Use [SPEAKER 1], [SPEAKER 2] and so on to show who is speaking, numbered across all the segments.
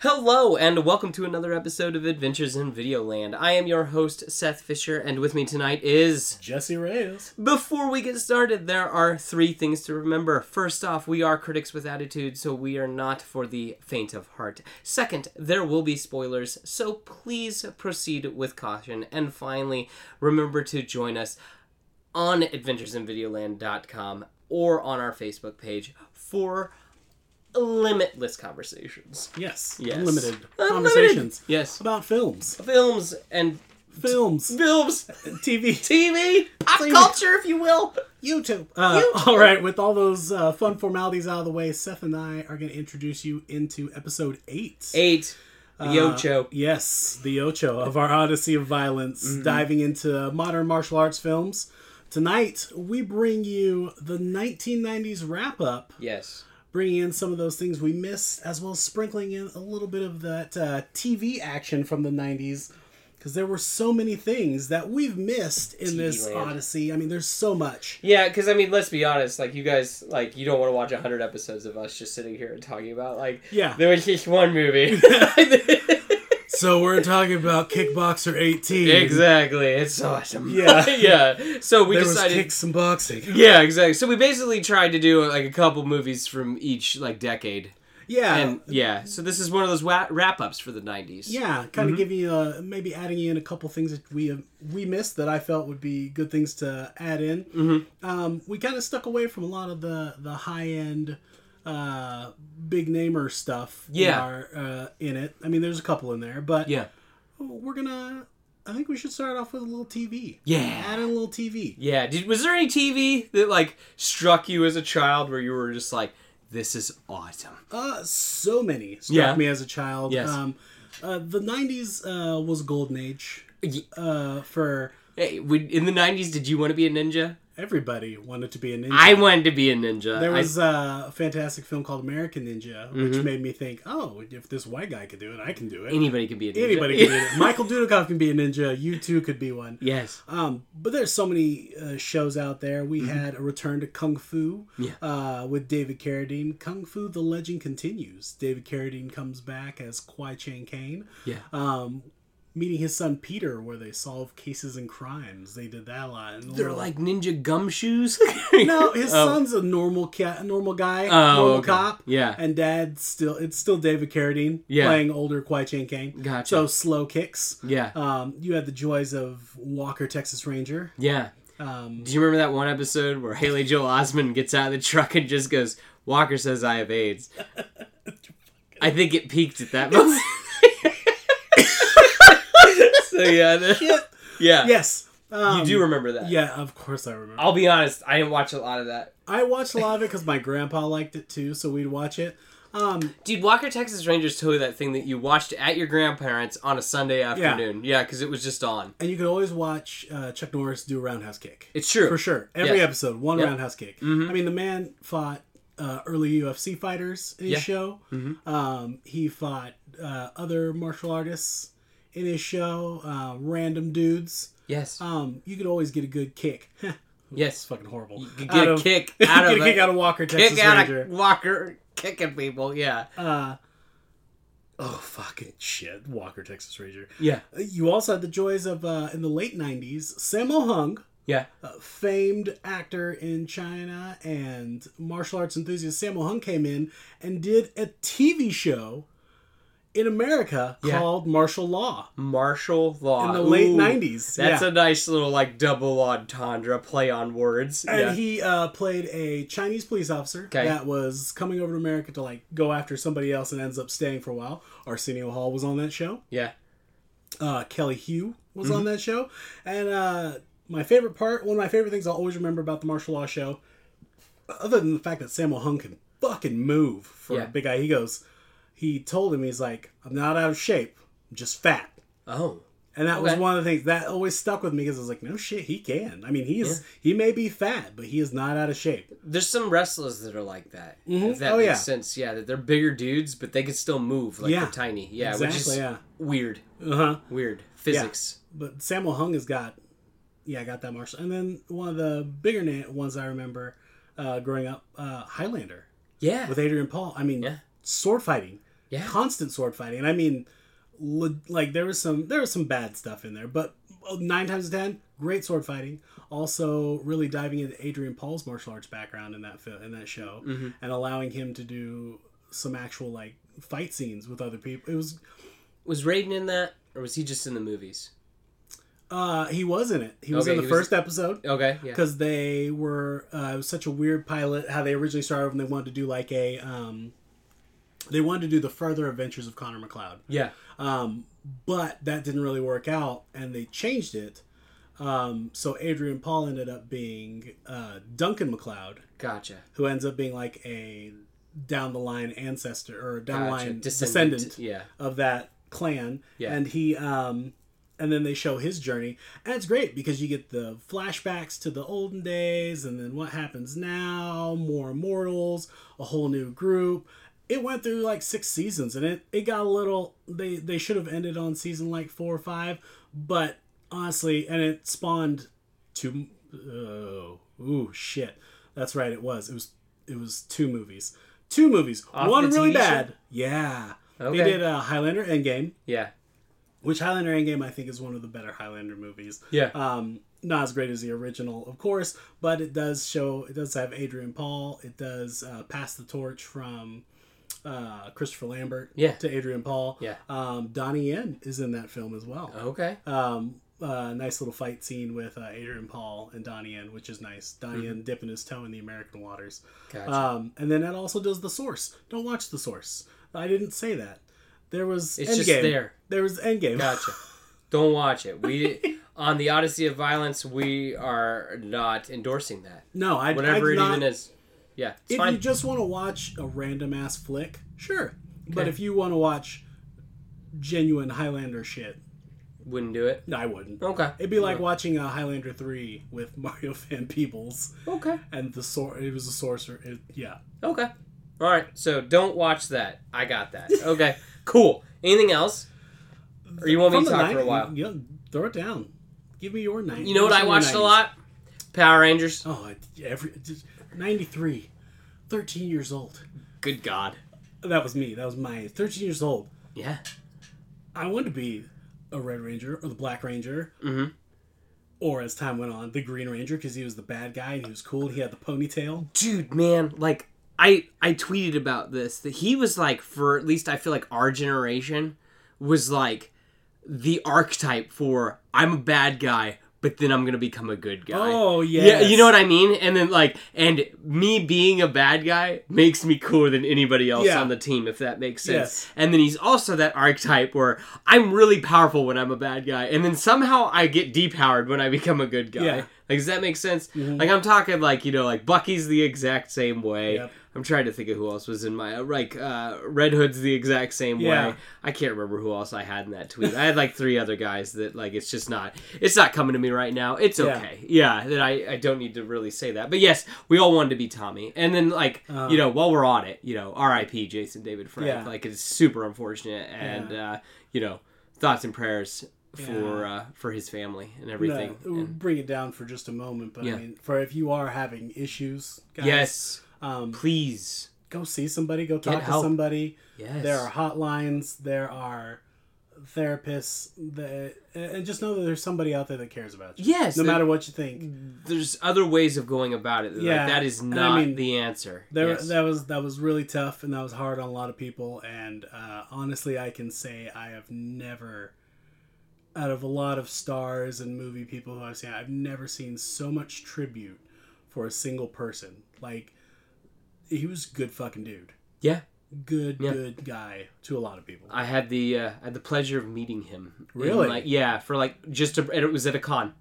[SPEAKER 1] Hello, and welcome to another episode of Adventures in Videoland. I am your host, Seth Fisher, and with me tonight is.
[SPEAKER 2] Jesse Reyes.
[SPEAKER 1] Before we get started, there are three things to remember. First off, we are critics with attitude, so we are not for the faint of heart. Second, there will be spoilers, so please proceed with caution. And finally, remember to join us on adventuresinvideoland.com or on our Facebook page for limitless conversations.
[SPEAKER 2] Yes.
[SPEAKER 1] Yes.
[SPEAKER 2] Unlimited
[SPEAKER 1] Unlimited.
[SPEAKER 2] conversations
[SPEAKER 1] Yes.
[SPEAKER 2] about films,
[SPEAKER 1] Films and
[SPEAKER 2] films,
[SPEAKER 1] films,
[SPEAKER 2] TV,
[SPEAKER 1] TV, pop
[SPEAKER 2] Please.
[SPEAKER 1] culture, if you will.
[SPEAKER 2] YouTube. Uh, All right. With all those uh, fun formalities out of the way, Seth and I are going to introduce you into episode eight.
[SPEAKER 1] Eight,
[SPEAKER 2] Uh,
[SPEAKER 1] the Ocho.
[SPEAKER 2] Yes, the Ocho of our Odyssey of Violence, diving into modern martial arts films. Tonight, we bring you the 1990s wrap up,
[SPEAKER 1] Yes.
[SPEAKER 2] bringing in some of those things we missed, as well as sprinkling in a little bit of that uh, TV action from the 90s, because there were so many things that we've missed in this
[SPEAKER 1] land.
[SPEAKER 2] Odyssey. I mean, there's so much.
[SPEAKER 1] Yeah, because I mean, let's be honest. Like, you guys, like, you don't want to watch hundred episodes of us just sitting here and talking about like,
[SPEAKER 2] Yeah.
[SPEAKER 1] there was just one movie.
[SPEAKER 2] So, we're talking about Kickboxer 18.
[SPEAKER 1] exactly, it's awesome.
[SPEAKER 2] Yeah.
[SPEAKER 1] yeah. So we
[SPEAKER 2] There was
[SPEAKER 1] decided.
[SPEAKER 2] kicks and boxing.
[SPEAKER 1] yeah, exactly. So we basically tried to do like a couple movies from each like decade,
[SPEAKER 2] Yeah.
[SPEAKER 1] and yeah. So this is one of those wa- wrap ups for the '90s.
[SPEAKER 2] Yeah, kind
[SPEAKER 1] Mm-hmm.
[SPEAKER 2] of giving you uh, maybe adding in a couple things that we uh, we missed that I felt would be good things to add in. Mm-hmm. Um, we kind of stuck away from a lot of the the high end, uh, big namer stuff. in
[SPEAKER 1] Yeah.
[SPEAKER 2] our, uh, in it. I mean, there's a couple in there, but
[SPEAKER 1] Yeah.
[SPEAKER 2] we're gonna. I think we should start off with a little TV.
[SPEAKER 1] Yeah.
[SPEAKER 2] add in a little TV.
[SPEAKER 1] Yeah. Did, was there any TV that like struck you as a child where you were just like, "This is awesome"?
[SPEAKER 2] Uh, so many struck
[SPEAKER 1] Yeah.
[SPEAKER 2] me as a child.
[SPEAKER 1] Yes.
[SPEAKER 2] Um, uh, the '90s uh, was a golden age
[SPEAKER 1] Y-
[SPEAKER 2] uh, for
[SPEAKER 1] Hey, would- in the '90s, did you want to be a ninja?
[SPEAKER 2] everybody wanted to be a ninja.
[SPEAKER 1] I wanted to be a ninja.
[SPEAKER 2] There
[SPEAKER 1] I- Mm-hmm.
[SPEAKER 2] was uh, a fantastic film called American Ninja, which made me think, oh, if this white guy could do it, I can do it.
[SPEAKER 1] anybody could be a ninja.
[SPEAKER 2] Anybody can do it. Michael Dudikoff can be a ninja. You too could be one.
[SPEAKER 1] Yes.
[SPEAKER 2] Um, but there's so many uh, shows out there. We had a return to Kung Fu
[SPEAKER 1] Mm-hmm. Yeah.
[SPEAKER 2] uh, with David Carradine. Kung Fu: The Legend Continues. David Carradine comes back as Kwai Chang Kane,
[SPEAKER 1] Yeah.
[SPEAKER 2] um, meeting his son Peter, where they solve cases and crimes. They did that a lot. And
[SPEAKER 1] They're like ninja gumshoes.
[SPEAKER 2] no, his
[SPEAKER 1] Oh.
[SPEAKER 2] son's a normal cat, a normal guy,
[SPEAKER 1] Oh,
[SPEAKER 2] normal
[SPEAKER 1] okay.
[SPEAKER 2] cop.
[SPEAKER 1] Yeah.
[SPEAKER 2] and dad still it's still David Carradine
[SPEAKER 1] Yeah.
[SPEAKER 2] playing older Kwai Chang Kang.
[SPEAKER 1] Gotcha.
[SPEAKER 2] So slow kicks.
[SPEAKER 1] yeah.
[SPEAKER 2] Um, you had the joys of Walker Texas Ranger.
[SPEAKER 1] yeah.
[SPEAKER 2] Um,
[SPEAKER 1] Do you remember that one episode where Haley Joel Osment gets out of the truck and just goes, "Walker says I have AIDS." I think it peaked at that moment. so yeah, the- yeah,
[SPEAKER 2] yes, um,
[SPEAKER 1] You do remember that?
[SPEAKER 2] Yeah, of course I remember.
[SPEAKER 1] I'll be honest. I didn't watch a lot of that.
[SPEAKER 2] I watched a lot of it because my grandpa liked it too, so we'd watch it. Um,
[SPEAKER 1] Dude, Walker Texas Rangers totally that thing that you watched at your grandparents on a Sunday afternoon. Yeah, because it was just on.
[SPEAKER 2] and you could always watch uh, Chuck Norris do a roundhouse kick.
[SPEAKER 1] It's true.
[SPEAKER 2] For sure. Every
[SPEAKER 1] Yes.
[SPEAKER 2] episode, one
[SPEAKER 1] Yeah. Mm-hmm.
[SPEAKER 2] roundhouse kick. I mean, the man fought uh, early UFC fighters in his
[SPEAKER 1] Yeah. Mm-hmm.
[SPEAKER 2] show. Um, he fought uh, other martial artists in his show, uh, random dudes.
[SPEAKER 1] Yes.
[SPEAKER 2] Um, you could always get a good kick. it's
[SPEAKER 1] yes.
[SPEAKER 2] fucking horrible.
[SPEAKER 1] You could
[SPEAKER 2] Out
[SPEAKER 1] get a
[SPEAKER 2] of-
[SPEAKER 1] kick
[SPEAKER 2] you
[SPEAKER 1] out
[SPEAKER 2] get
[SPEAKER 1] of
[SPEAKER 2] a kick
[SPEAKER 1] it.
[SPEAKER 2] out of Walker, Texas
[SPEAKER 1] Kick out
[SPEAKER 2] Ranger.
[SPEAKER 1] of Walker kicking people. Yeah.
[SPEAKER 2] Uh, oh, fucking shit. Walker, Texas Ranger.
[SPEAKER 1] Yeah.
[SPEAKER 2] You also had the joys of, uh, in the late 90s, Sammo Hung.
[SPEAKER 1] Yeah.
[SPEAKER 2] uh, famed actor in China and martial arts enthusiast Sammo Hung came in and did a TV show in America
[SPEAKER 1] Yeah.
[SPEAKER 2] called Martial Law
[SPEAKER 1] Martial law.
[SPEAKER 2] in the late
[SPEAKER 1] Ooh,
[SPEAKER 2] 90s.
[SPEAKER 1] That's
[SPEAKER 2] yeah.
[SPEAKER 1] a nice little like double entendre play on words.
[SPEAKER 2] and
[SPEAKER 1] yeah.
[SPEAKER 2] he uh, played a Chinese police officer
[SPEAKER 1] Okay.
[SPEAKER 2] that was coming over to America to like go after somebody else and ends up staying for a while. Arsenio Hall was on that show.
[SPEAKER 1] yeah.
[SPEAKER 2] uh, Kelly Hugh was
[SPEAKER 1] Mm-hmm.
[SPEAKER 2] on that show. And uh, my favorite part, one of my favorite things I'll always remember about the martial law show, other than the fact that Samuel Hung can fucking move for
[SPEAKER 1] Yeah.
[SPEAKER 2] a big guy, he goes, he told him, he's like, I'm not out of shape, I'm just fat.
[SPEAKER 1] Oh.
[SPEAKER 2] And that was
[SPEAKER 1] Okay.
[SPEAKER 2] one of the things that always stuck with me because I was like, no shit, he can. I mean, he's he may be fat, but he is not out of shape.
[SPEAKER 1] There's some wrestlers that are like that. If that
[SPEAKER 2] Oh,
[SPEAKER 1] makes
[SPEAKER 2] yeah.
[SPEAKER 1] sense. Yeah, that they're bigger dudes, but they can still move like
[SPEAKER 2] Yeah.
[SPEAKER 1] they're tiny. Yeah, which
[SPEAKER 2] Exactly.
[SPEAKER 1] is
[SPEAKER 2] Yeah.
[SPEAKER 1] weird.
[SPEAKER 2] Uh huh.
[SPEAKER 1] Weird physics.
[SPEAKER 2] But Samuel Hung has got, yeah, got that martial. And then one of the bigger na- ones I remember uh, growing up, uh, Highlander.
[SPEAKER 1] Yeah.
[SPEAKER 2] with Adrian Paul. I mean,
[SPEAKER 1] Yeah.
[SPEAKER 2] sword fighting.
[SPEAKER 1] Yeah.
[SPEAKER 2] constant sword fighting. And I mean, le- like there was some there was some bad stuff in there, but uh, nine times out of ten, great sword fighting. Also, really diving into Adrian Paul's martial arts background in that film in that show,
[SPEAKER 1] Mm-hmm.
[SPEAKER 2] and allowing him to do some actual like fight scenes with other people. It was
[SPEAKER 1] Was Raiden in that, or was he just in the movies?
[SPEAKER 2] uh he was in it. He was
[SPEAKER 1] Okay,
[SPEAKER 2] in the
[SPEAKER 1] he was-
[SPEAKER 2] first episode.
[SPEAKER 1] Okay, yeah.
[SPEAKER 2] because they were uh, it was such a weird pilot how they originally started and they wanted to do like a um, they wanted to do the further adventures of connor mcleod
[SPEAKER 1] Yeah.
[SPEAKER 2] um, but that didn't really work out and they changed it um, so adrian paul ended up being uh, duncan mcleod
[SPEAKER 1] Gotcha.
[SPEAKER 2] who ends up being like a down the line ancestor or down the
[SPEAKER 1] Gotcha.
[SPEAKER 2] line
[SPEAKER 1] Descendant,
[SPEAKER 2] descendant
[SPEAKER 1] yeah.
[SPEAKER 2] of that clan
[SPEAKER 1] Yeah.
[SPEAKER 2] and he um and then they show his journey and it's great because you get the flashbacks to the olden days and then what happens now more immortals a whole new group it went through like six seasons and it it got a little they they should have ended on season like four or five but honestly and it spawned two oh ooh shit that's right it was it was it was two movies two movies
[SPEAKER 1] Off
[SPEAKER 2] one
[SPEAKER 1] the
[SPEAKER 2] really
[SPEAKER 1] TV show?
[SPEAKER 2] bad yeah.
[SPEAKER 1] Okay.
[SPEAKER 2] They did uh, Highlander Endgame,
[SPEAKER 1] Yeah.
[SPEAKER 2] which Highlander Endgame I think is one of the better Highlander movies.
[SPEAKER 1] Yeah.
[SPEAKER 2] Um, not as great as the original, of course, but it does show, it does have Adrian Paul. It does uh, pass the torch from uh, Christopher Lambert
[SPEAKER 1] Yeah.
[SPEAKER 2] to Adrian Paul.
[SPEAKER 1] Yeah. Uh-huh.
[SPEAKER 2] Um, Donnie Yen is in that film as well.
[SPEAKER 1] okay.
[SPEAKER 2] Um, uh, nice little fight scene with uh, Adrian Paul and Donnie Yen, which is nice. Donnie
[SPEAKER 1] Mm-hmm.
[SPEAKER 2] Yen dipping his toe in the American waters.
[SPEAKER 1] Gotcha.
[SPEAKER 2] Um, and then that also does the source. Don't watch the source. I didn't say that. There was
[SPEAKER 1] It's
[SPEAKER 2] Endgame.
[SPEAKER 1] just there.
[SPEAKER 2] There was Endgame.
[SPEAKER 1] Gotcha. Don't watch it. We on the Odyssey of Violence, we are not endorsing that.
[SPEAKER 2] No, I
[SPEAKER 1] Whatever
[SPEAKER 2] I'd
[SPEAKER 1] it
[SPEAKER 2] not,
[SPEAKER 1] even is. Yeah, it's
[SPEAKER 2] If
[SPEAKER 1] fine.
[SPEAKER 2] you just want to watch a random ass flick, sure. But
[SPEAKER 1] Okay.
[SPEAKER 2] if you want to watch genuine Highlander shit,
[SPEAKER 1] Wouldn't do it.
[SPEAKER 2] no, I wouldn't.
[SPEAKER 1] Okay.
[SPEAKER 2] It'd be like watching a Highlander three with Mario Van Peebles
[SPEAKER 1] Okay.
[SPEAKER 2] and the sor- It was a sorcerer. It, yeah.
[SPEAKER 1] Okay. All right. So don't watch that. I got that. Okay. cool. Anything else? Or you want me
[SPEAKER 2] From
[SPEAKER 1] to
[SPEAKER 2] the
[SPEAKER 1] talk for a
[SPEAKER 2] 90s
[SPEAKER 1] while?
[SPEAKER 2] Yeah, throw it down. Give me your nine.
[SPEAKER 1] You know what I watched a lot? Power Rangers.
[SPEAKER 2] Oh, I- every just, 93, 13 years old.
[SPEAKER 1] Good God.
[SPEAKER 2] That was me. That was my 13 years old.
[SPEAKER 1] Yeah.
[SPEAKER 2] I wanted to be a Red Ranger or the Black Ranger. Mm-hmm. Or as time went on, the Green Ranger because he was the bad guy and he was cool. And he had the ponytail.
[SPEAKER 1] dude man like i i tweeted about this that he was like for at least i feel like our generation was like the archetype for i'm a bad guy but then i'm gonna become a good guy
[SPEAKER 2] Oh,
[SPEAKER 1] yeah
[SPEAKER 2] yes.
[SPEAKER 1] you know what i mean and then like and me being a bad guy makes me cooler than anybody else
[SPEAKER 2] Yeah.
[SPEAKER 1] on the team if that makes sense
[SPEAKER 2] Yes.
[SPEAKER 1] and then he's also that archetype where i'm really powerful when i'm a bad guy and then somehow i get depowered when i become a good guy
[SPEAKER 2] Yeah. Mm-hmm.
[SPEAKER 1] like, does that make sense? Like, I'm talking like you know, like Bucky's the exact same way.
[SPEAKER 2] Yep.
[SPEAKER 1] I'm trying to think of who else was in my like uh, Red Hood's the exact same
[SPEAKER 2] Yeah.
[SPEAKER 1] way. I can't remember who else I had in that tweet. I had like three other guys that like it's just not it's not coming to me right now. It's
[SPEAKER 2] Yeah.
[SPEAKER 1] okay. Yeah, that I I don't need to really say that. But yes, we all wanted to be Tommy. And then like you know, while we're on it, you know, R.I.P. Jason David Frank.
[SPEAKER 2] Um, Yeah.
[SPEAKER 1] Like it's super unfortunate, and uh, you know, thoughts and prayers. For uh, for his family and everything.
[SPEAKER 2] No,
[SPEAKER 1] And-
[SPEAKER 2] bring it down for just a moment, but
[SPEAKER 1] Yeah.
[SPEAKER 2] I mean, for if you are having issues, guys,
[SPEAKER 1] Yes.
[SPEAKER 2] um,
[SPEAKER 1] Please.
[SPEAKER 2] go see somebody, go talk to
[SPEAKER 1] help.
[SPEAKER 2] somebody.
[SPEAKER 1] Yes.
[SPEAKER 2] There are hotlines. There are therapists. That, and just know that there's somebody out there that cares about you.
[SPEAKER 1] Yes,
[SPEAKER 2] No
[SPEAKER 1] there-
[SPEAKER 2] matter what you think.
[SPEAKER 1] There's other ways of going about it. Yeah.
[SPEAKER 2] Yeah,
[SPEAKER 1] Like, that is
[SPEAKER 2] and I
[SPEAKER 1] not
[SPEAKER 2] mean,
[SPEAKER 1] the answer.
[SPEAKER 2] There,
[SPEAKER 1] Yes.
[SPEAKER 2] That was that was really tough, and that was hard on a lot of people. And uh, honestly, I can say I have never, out of a lot of stars and movie people who I've seen, I've never seen so much tribute for a single person. Like he was a good fucking dude,
[SPEAKER 1] yeah.
[SPEAKER 2] good
[SPEAKER 1] Yeah.
[SPEAKER 2] good guy to a lot of people.
[SPEAKER 1] I had the uh, I had the pleasure of meeting him. in,
[SPEAKER 2] Really?
[SPEAKER 1] like, yeah, for like just a, and it was at a con,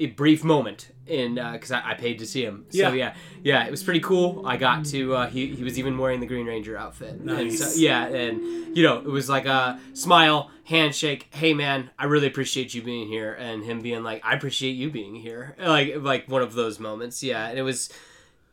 [SPEAKER 1] a brief moment, and because I, I paid to see him. So yeah.
[SPEAKER 2] Yeah.
[SPEAKER 1] yeah, it was pretty cool. I got to uh, he he was even wearing the Green Ranger outfit. And
[SPEAKER 2] Nice.
[SPEAKER 1] so, yeah, and you know it was like a smile, handshake. Hey man, I really appreciate you being here, and him being like, I appreciate you being here. Like like one of those moments. Yeah, and it was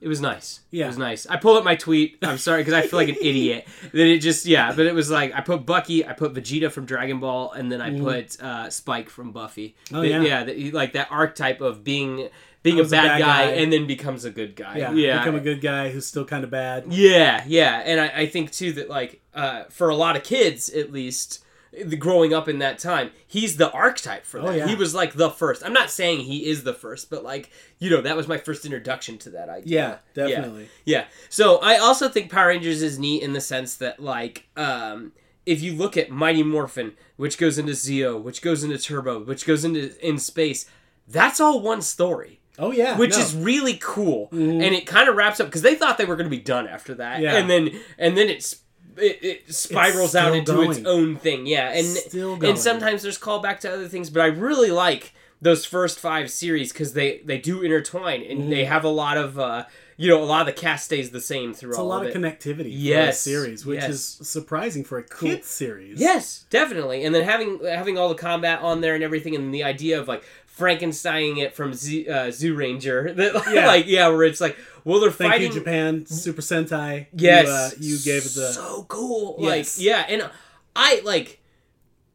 [SPEAKER 1] it was nice. It
[SPEAKER 2] Yeah.
[SPEAKER 1] was nice. I pulled up my tweet. I'm sorry because I feel like an idiot. Then it just yeah, but it was like I put Bucky, I put Vegeta from Dragon Ball, and then I put uh, Spike from Buffy.
[SPEAKER 2] Mm. Oh,
[SPEAKER 1] That-
[SPEAKER 2] yeah.
[SPEAKER 1] yeah, that, like that archetype of being being a
[SPEAKER 2] was a
[SPEAKER 1] bad,
[SPEAKER 2] bad
[SPEAKER 1] guy,
[SPEAKER 2] guy.
[SPEAKER 1] and then becomes a good guy.
[SPEAKER 2] Yeah,
[SPEAKER 1] yeah.
[SPEAKER 2] become a good guy who's still kind of bad.
[SPEAKER 1] Yeah, yeah, and I, I think too that like uh, for a lot of kids at least, the, growing up in that time, he's the archetype for that.
[SPEAKER 2] Oh, yeah.
[SPEAKER 1] He was like the first. I'm not saying he is the first, but like you know that was my first introduction to that
[SPEAKER 2] Yeah,
[SPEAKER 1] idea.
[SPEAKER 2] definitely.
[SPEAKER 1] Yeah. So I also think Power Rangers is neat in the sense that like um if you look at Mighty Morphin, which goes into Zeo, which goes into Turbo, which goes into in space, that's all one story
[SPEAKER 2] Oh yeah,
[SPEAKER 1] which
[SPEAKER 2] no.
[SPEAKER 1] is really cool and it kind of wraps up because they thought they were going to be done after that
[SPEAKER 2] Yeah.
[SPEAKER 1] and then and then it's it, it spirals out
[SPEAKER 2] still
[SPEAKER 1] into its
[SPEAKER 2] going.
[SPEAKER 1] own thing yeah and
[SPEAKER 2] Still going.
[SPEAKER 1] and sometimes there's callback to other things but i really like those first five series because they they do intertwine and
[SPEAKER 2] Mm-hmm.
[SPEAKER 1] they have a lot of uh you know a lot of the cast stays the same through
[SPEAKER 2] it's a
[SPEAKER 1] all
[SPEAKER 2] lot
[SPEAKER 1] of
[SPEAKER 2] of
[SPEAKER 1] it.
[SPEAKER 2] connectivity. for a
[SPEAKER 1] Yes,
[SPEAKER 2] series, which
[SPEAKER 1] yes.
[SPEAKER 2] is surprising for a kids series.
[SPEAKER 1] Yes, definitely. And then having having all the combat on there and everything, and the idea of like Frankensteining it from Z, uh, Zoo Ranger, that
[SPEAKER 2] Yeah.
[SPEAKER 1] like yeah, where it's like, well, they're
[SPEAKER 2] Thank
[SPEAKER 1] fighting
[SPEAKER 2] you, Japan. Super Sentai.
[SPEAKER 1] Yes,
[SPEAKER 2] You, uh, you gave the.
[SPEAKER 1] so cool.
[SPEAKER 2] Yes.
[SPEAKER 1] Like yeah, and I like.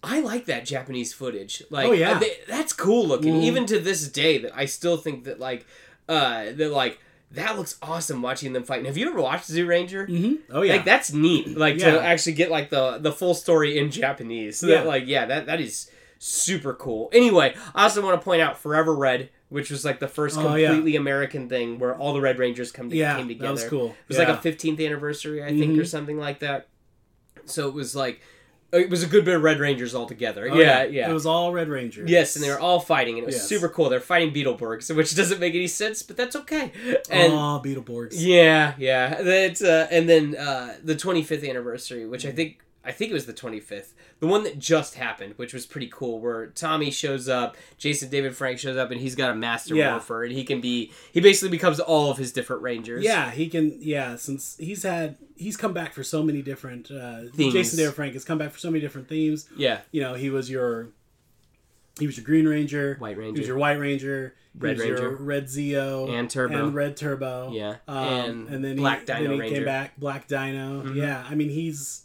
[SPEAKER 1] I like that Japanese footage. Like,
[SPEAKER 2] Oh, yeah.
[SPEAKER 1] uh, they- that's cool looking.
[SPEAKER 2] Mhm.
[SPEAKER 1] Even to this day, that I still think that like, uh, that like that looks awesome watching them fight. And have you ever watched Zoo Ranger?
[SPEAKER 2] hmm Oh yeah.
[SPEAKER 1] Like that's neat. Like
[SPEAKER 2] Yeah.
[SPEAKER 1] to actually get like the the full story in Japanese. So
[SPEAKER 2] Yeah.
[SPEAKER 1] that like yeah, that that is super cool. Anyway, I also want to point out Forever Red, which was like the first
[SPEAKER 2] Oh, yeah.
[SPEAKER 1] completely American thing where all the Red Rangers come to,
[SPEAKER 2] yeah,
[SPEAKER 1] came together.
[SPEAKER 2] that was cool.
[SPEAKER 1] It was
[SPEAKER 2] yeah. Mm-hmm.
[SPEAKER 1] like a 15th anniversary, I think, or something like that. So it was like it was a good bit of Red Rangers altogether.
[SPEAKER 2] Oh,
[SPEAKER 1] yeah, yeah.
[SPEAKER 2] It was all Red Rangers.
[SPEAKER 1] Yes, and they were all fighting, and it was
[SPEAKER 2] Yes.
[SPEAKER 1] super cool. They're fighting Beetleborgs, which doesn't make any sense, but that's okay. And
[SPEAKER 2] oh, Beetleborgs.
[SPEAKER 1] yeah, yeah. That uh, and then uh, the 25th anniversary, which
[SPEAKER 2] Mm.
[SPEAKER 1] I think I think it was the 25th, the one that just happened, which was pretty cool. Where Tommy shows up, Jason David Frank shows up, and he's got a Master
[SPEAKER 2] Yeah.
[SPEAKER 1] Morpher, and he can be he basically becomes all of his different Rangers.
[SPEAKER 2] Yeah, he can. Yeah, since he's had he's come back for so many different uh,
[SPEAKER 1] Themes.
[SPEAKER 2] Jason David Frank has come back for so many different themes.
[SPEAKER 1] yeah,
[SPEAKER 2] You know, he was your he was your Green Ranger,
[SPEAKER 1] White
[SPEAKER 2] he
[SPEAKER 1] Ranger,
[SPEAKER 2] was your White Ranger,
[SPEAKER 1] Red
[SPEAKER 2] he was your
[SPEAKER 1] Ranger.
[SPEAKER 2] Red Zeo,
[SPEAKER 1] And Turbo.
[SPEAKER 2] and Red Turbo.
[SPEAKER 1] yeah,
[SPEAKER 2] um,
[SPEAKER 1] and,
[SPEAKER 2] and, then he,
[SPEAKER 1] Black Dino
[SPEAKER 2] then he
[SPEAKER 1] Ranger.
[SPEAKER 2] came back, Black Dino.
[SPEAKER 1] Mhm.
[SPEAKER 2] Yeah, I mean he's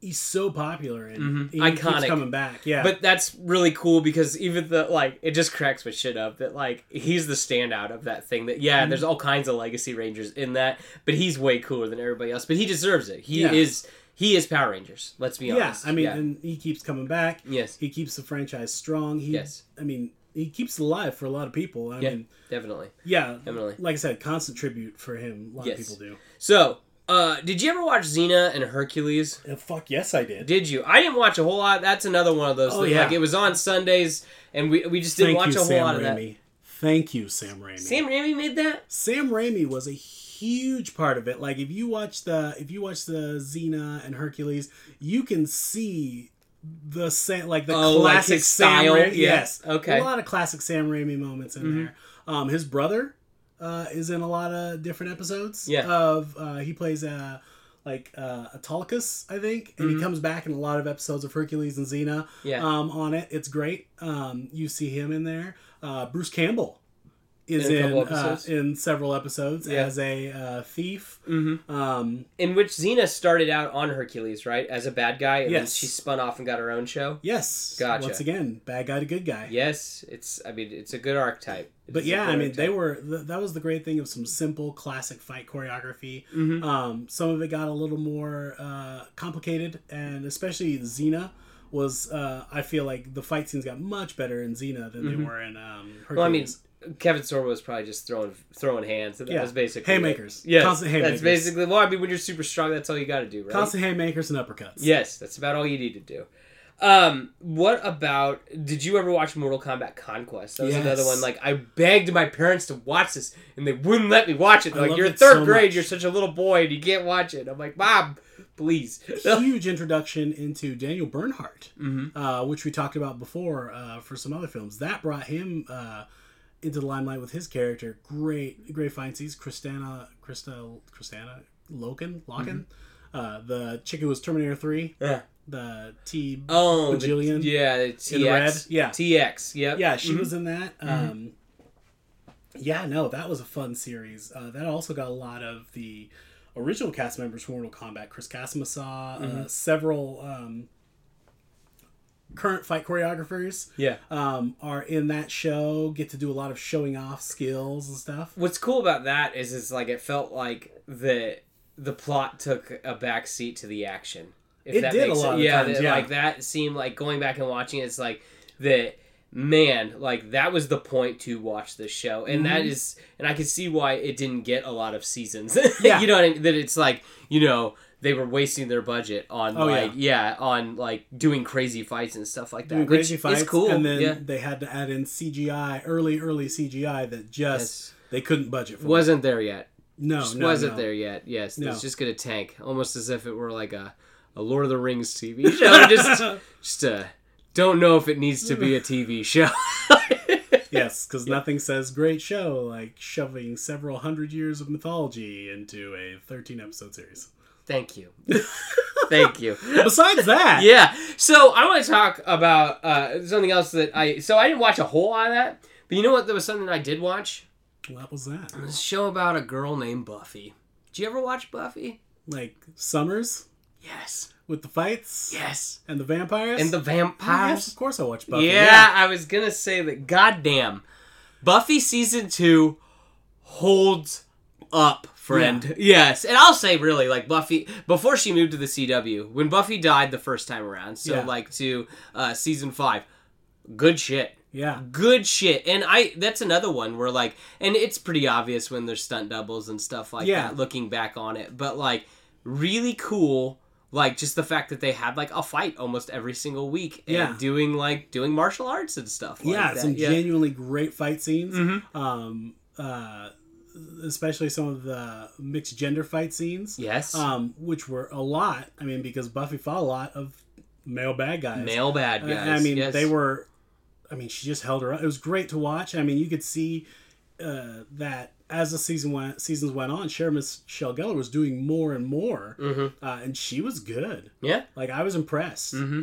[SPEAKER 2] he's so popular and
[SPEAKER 1] Mhm.
[SPEAKER 2] he keeps
[SPEAKER 1] Iconic.
[SPEAKER 2] coming back. Yeah,
[SPEAKER 1] But that's really cool because even the like it just cracks my shit up that like he's the standout of that thing. That yeah,
[SPEAKER 2] Mm-hmm.
[SPEAKER 1] there's all kinds of legacy Rangers in that, but he's way cooler than everybody else. But he deserves it. He
[SPEAKER 2] Yeah.
[SPEAKER 1] is he is Power Rangers. Let's be
[SPEAKER 2] yeah,
[SPEAKER 1] honest.
[SPEAKER 2] I mean,
[SPEAKER 1] Yeah.
[SPEAKER 2] and he keeps coming back.
[SPEAKER 1] yes,
[SPEAKER 2] He keeps the franchise strong. He,
[SPEAKER 1] Yes.
[SPEAKER 2] I mean, he keeps it alive for a lot of people. I
[SPEAKER 1] Yeah.
[SPEAKER 2] mean,
[SPEAKER 1] definitely,
[SPEAKER 2] yeah,
[SPEAKER 1] definitely.
[SPEAKER 2] like I said, constant tribute for him. A lot
[SPEAKER 1] Yes.
[SPEAKER 2] of people do.
[SPEAKER 1] So, uh, did you ever watch Xena and Hercules?
[SPEAKER 2] And fuck yes, I did.
[SPEAKER 1] Did you? I didn't watch a whole lot. That's another one of those.
[SPEAKER 2] Oh,
[SPEAKER 1] that,
[SPEAKER 2] yeah.
[SPEAKER 1] Like it was on Sundays, and we we just didn't watch a whole lot of that.
[SPEAKER 2] Thank you, Sam Raimi.
[SPEAKER 1] Sam Raimi made that.
[SPEAKER 2] Sam Raimi was a huge part of it. Like if you watch the if you watch the Xena and Hercules, you can see the Sam like the
[SPEAKER 1] Oh, like
[SPEAKER 2] classic
[SPEAKER 1] his
[SPEAKER 2] Sam
[SPEAKER 1] style?
[SPEAKER 2] Raimi.
[SPEAKER 1] Yeah.
[SPEAKER 2] Yes.
[SPEAKER 1] Okay. Mm-hmm.
[SPEAKER 2] A lot of classic Sam Raimi moments in there. Um, his brother uh, is in a lot of different episodes.
[SPEAKER 1] Yeah.
[SPEAKER 2] Of uh, he plays uh, like uh, Autolycus, I think, and he
[SPEAKER 1] Mm-hmm.
[SPEAKER 2] comes back in a lot of episodes of Hercules and Xena.
[SPEAKER 1] Yeah.
[SPEAKER 2] Um, on it, it's great. Um, you see him in there. Uh, Bruce Campbell is
[SPEAKER 1] In a
[SPEAKER 2] in
[SPEAKER 1] couple
[SPEAKER 2] uh,
[SPEAKER 1] episodes.
[SPEAKER 2] in several episodes
[SPEAKER 1] Yeah.
[SPEAKER 2] as a uh, thief.
[SPEAKER 1] mm-hmm.
[SPEAKER 2] Um,
[SPEAKER 1] in which Xena started out on Hercules, right, as a bad guy, and then
[SPEAKER 2] Yes.
[SPEAKER 1] she spun off and got her own show.
[SPEAKER 2] yes,
[SPEAKER 1] Gotcha.
[SPEAKER 2] Once again, bad guy to good guy.
[SPEAKER 1] Yes, it's. I mean, it's a good archetype. It's
[SPEAKER 2] But
[SPEAKER 1] a
[SPEAKER 2] yeah,
[SPEAKER 1] good
[SPEAKER 2] I mean,
[SPEAKER 1] archetype.
[SPEAKER 2] they were th- that was the great thing of some simple classic fight choreography.
[SPEAKER 1] Mhm.
[SPEAKER 2] Um, some of it got a little more uh, complicated, and especially Xena was. Uh, I feel like the fight scenes got much better in Xena than they
[SPEAKER 1] Mhm.
[SPEAKER 2] were in um, Hercules.
[SPEAKER 1] Well, I mean, Uh, Kevin Sorbo was probably just throwing throwing hands. And that
[SPEAKER 2] Yeah.
[SPEAKER 1] was basically it.
[SPEAKER 2] haymakers,
[SPEAKER 1] Yes,
[SPEAKER 2] constant haymakers,
[SPEAKER 1] that's basically. Well, I mean, when you're super strong, that's all you got to do, right?
[SPEAKER 2] constant haymakers and uppercuts.
[SPEAKER 1] Yes, that's about all you need to do. Um, what about? Did you ever watch Mortal Kombat Conquest? That was another
[SPEAKER 2] Yes.
[SPEAKER 1] one. Like I begged my parents to watch this, and they wouldn't let me watch it.
[SPEAKER 2] I
[SPEAKER 1] They're like,
[SPEAKER 2] love
[SPEAKER 1] "You're
[SPEAKER 2] it
[SPEAKER 1] third
[SPEAKER 2] so
[SPEAKER 1] grade.
[SPEAKER 2] much."
[SPEAKER 1] You're such a little boy, and you can't watch it." I'm like, "Mom, please." Mm-hmm.
[SPEAKER 2] huge introduction into Daniel Bernhardt,
[SPEAKER 1] Mhm.
[SPEAKER 2] uh, which we talked about before uh, for some other films. That brought him uh, into the limelight with his character. Great, great find scenes. Christina, Krista, Christina Loken, Loken, uh, the chick who was Terminator Three,
[SPEAKER 1] Yeah.
[SPEAKER 2] the T
[SPEAKER 1] Oh, the-
[SPEAKER 2] Bajillion
[SPEAKER 1] yeah, the
[SPEAKER 2] in the red,
[SPEAKER 1] TX.
[SPEAKER 2] yeah,
[SPEAKER 1] TX, yep.
[SPEAKER 2] yeah, she
[SPEAKER 1] Mhm.
[SPEAKER 2] was in that. Um, yeah, no, that was a fun series. Uh, that also got a lot of the original cast
[SPEAKER 1] Mm-hmm.
[SPEAKER 2] members from Mortal Kombat. Chris Casamassa, uh, several um, current fight choreographers
[SPEAKER 1] Yeah.
[SPEAKER 2] um, are in that show, get to do a lot of showing off skills and stuff.
[SPEAKER 1] What's cool about that is it's like it felt like the the plot took a backseat to the action. If
[SPEAKER 2] It did a
[SPEAKER 1] makes
[SPEAKER 2] lot of
[SPEAKER 1] yeah,
[SPEAKER 2] times,
[SPEAKER 1] that-
[SPEAKER 2] yeah.
[SPEAKER 1] like that seemed like going back and watching it's like the man, like that was the point to watch this show. And
[SPEAKER 2] Mm-hmm.
[SPEAKER 1] that is and I can see why it didn't get a lot of seasons.
[SPEAKER 2] Yeah.
[SPEAKER 1] you know what I mean? That it's like, you know, they were wasting their budget on
[SPEAKER 2] Oh, yeah.
[SPEAKER 1] like yeah. on like doing crazy fights and stuff like that.
[SPEAKER 2] Doing
[SPEAKER 1] Mm-hmm. which
[SPEAKER 2] crazy fights,
[SPEAKER 1] is cool.
[SPEAKER 2] and then
[SPEAKER 1] yeah.
[SPEAKER 2] they had to add in CGI, early, early CGI that just
[SPEAKER 1] Yes.
[SPEAKER 2] they couldn't budget for.
[SPEAKER 1] Wasn't there yet.
[SPEAKER 2] no,
[SPEAKER 1] just
[SPEAKER 2] no,
[SPEAKER 1] wasn't
[SPEAKER 2] no.
[SPEAKER 1] there yet. Yes,
[SPEAKER 2] No.
[SPEAKER 1] it's just gonna tank, almost as if it were like a, a Lord of the Rings TV show. just, just uh, don't know if it needs to be a TV show.
[SPEAKER 2] Yes, because nothing says great show like shoving several hundred years of mythology into a 13 episode series.
[SPEAKER 1] Thank you, thank you.
[SPEAKER 2] Besides that,
[SPEAKER 1] Yeah. So I want to talk about uh, something else that I. So I didn't watch a whole lot of that, but you know what? There was something I did watch.
[SPEAKER 2] what was that?
[SPEAKER 1] A show about a girl named Buffy. Did you ever watch Buffy?
[SPEAKER 2] Like Summers
[SPEAKER 1] Yes.
[SPEAKER 2] with the fights
[SPEAKER 1] Yes.
[SPEAKER 2] and the vampires? Oh,
[SPEAKER 1] And the
[SPEAKER 2] Yes,
[SPEAKER 1] vampires.
[SPEAKER 2] of course I watch Buffy.
[SPEAKER 1] yeah, I was gonna say that. Goddamn, Buffy season two holds up, friend. Yes, and I'll say really like Buffy before she moved to the CW when Buffy died the first time around. So
[SPEAKER 2] Yeah.
[SPEAKER 1] like to uh, season five, good shit.
[SPEAKER 2] Yeah.
[SPEAKER 1] Good shit, and I—that's another one where like, and it's pretty obvious when there's stunt doubles and stuff like
[SPEAKER 2] Yeah.
[SPEAKER 1] that. Looking back on it, but like, really cool, like just the fact that they had like a fight almost every single week, and
[SPEAKER 2] Yeah.
[SPEAKER 1] doing like doing martial arts and stuff. Like
[SPEAKER 2] yeah,
[SPEAKER 1] that.
[SPEAKER 2] some
[SPEAKER 1] yeah.
[SPEAKER 2] genuinely great fight scenes.
[SPEAKER 1] Mhm.
[SPEAKER 2] Um, uh, especially some of the mixed gender fight scenes,
[SPEAKER 1] Yes,
[SPEAKER 2] um, which were a lot. I mean, because Buffy fought a lot of male bad guys.
[SPEAKER 1] male bad
[SPEAKER 2] I-
[SPEAKER 1] guys.
[SPEAKER 2] Uh, I mean,
[SPEAKER 1] yes.
[SPEAKER 2] they were. I mean, she just held her. up. It was great to watch. I mean, you could see uh, that as the season went seasons went on, Sarah Michelle Gellar was doing more and more,
[SPEAKER 1] Mm-hmm.
[SPEAKER 2] uh, and she was good.
[SPEAKER 1] Yeah,
[SPEAKER 2] Like I was impressed.
[SPEAKER 1] Mm-hmm.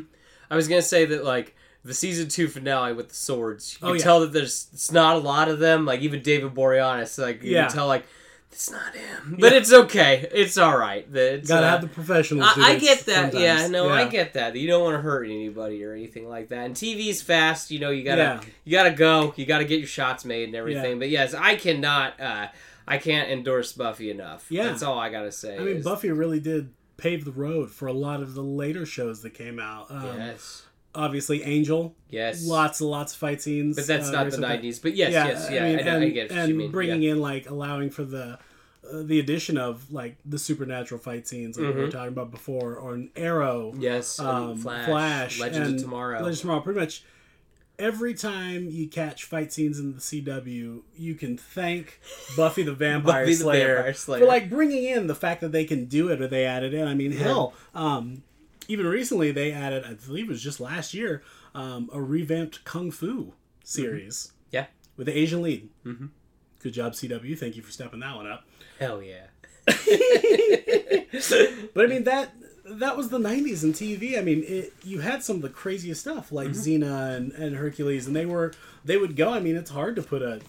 [SPEAKER 1] I was gonna say that like the season two finale with the swords. You
[SPEAKER 2] Oh,
[SPEAKER 1] can
[SPEAKER 2] yeah.
[SPEAKER 1] tell that there's it's not a lot of them. Like even David Boreanaz, like you
[SPEAKER 2] Yeah.
[SPEAKER 1] can tell like it's not him, but it's okay. It's all right. The- It's,
[SPEAKER 2] Gotta
[SPEAKER 1] uh,
[SPEAKER 2] have the professionals. do
[SPEAKER 1] I, I
[SPEAKER 2] this
[SPEAKER 1] get that. Yeah,
[SPEAKER 2] sometimes.
[SPEAKER 1] no, I get that. You don't want to hurt anybody or anything like that. And TV's fast. You know, you gotta
[SPEAKER 2] Yeah.
[SPEAKER 1] you gotta go. You gotta get your shots made and everything.
[SPEAKER 2] Yeah.
[SPEAKER 1] But yes, I cannot. uh I can't endorse Buffy enough.
[SPEAKER 2] Yeah.
[SPEAKER 1] that's all I gotta say.
[SPEAKER 2] I mean,
[SPEAKER 1] is-
[SPEAKER 2] Buffy really did pave the road for a lot of the later shows that came out. Um,
[SPEAKER 1] Yes.
[SPEAKER 2] Obviously, Angel.
[SPEAKER 1] Yes.
[SPEAKER 2] Lots and lots of fight scenes.
[SPEAKER 1] But that's
[SPEAKER 2] uh,
[SPEAKER 1] not
[SPEAKER 2] race
[SPEAKER 1] the
[SPEAKER 2] with that.
[SPEAKER 1] nineties. But yes, yes, yeah. I,
[SPEAKER 2] mean,
[SPEAKER 1] know,
[SPEAKER 2] and,
[SPEAKER 1] I get what
[SPEAKER 2] and
[SPEAKER 1] you mean.
[SPEAKER 2] bringing
[SPEAKER 1] yeah.
[SPEAKER 2] in like allowing for the uh, the addition of like the supernatural fight scenes like
[SPEAKER 1] Mm-hmm.
[SPEAKER 2] we were talking about before, or an Arrow,
[SPEAKER 1] yes, and
[SPEAKER 2] um,
[SPEAKER 1] Flash,
[SPEAKER 2] Flash,
[SPEAKER 1] Legends
[SPEAKER 2] and
[SPEAKER 1] of Tomorrow.
[SPEAKER 2] Legends of Tomorrow. Pretty much every time you catch fight scenes in the CW, you can thank Buffy the Vampire,
[SPEAKER 1] Buffy the
[SPEAKER 2] Slayer,
[SPEAKER 1] Vampire Slayer.
[SPEAKER 2] for like bringing in the fact that they can do it or they added in. I mean, hell, um, even recently they added, I believe it was just last year, um, a revamped Kung Fu series
[SPEAKER 1] yeah,
[SPEAKER 2] with the Asian lead. Mm-hmm. Good job, CW. Thank you for stepping that one up.
[SPEAKER 1] hell yeah.
[SPEAKER 2] But I mean that that was the '90s in TV. I mean, it, you had some of the craziest stuff like
[SPEAKER 1] Mm-hmm.
[SPEAKER 2] Xena and, and Hercules, and they were they would go. I mean, it's hard to put a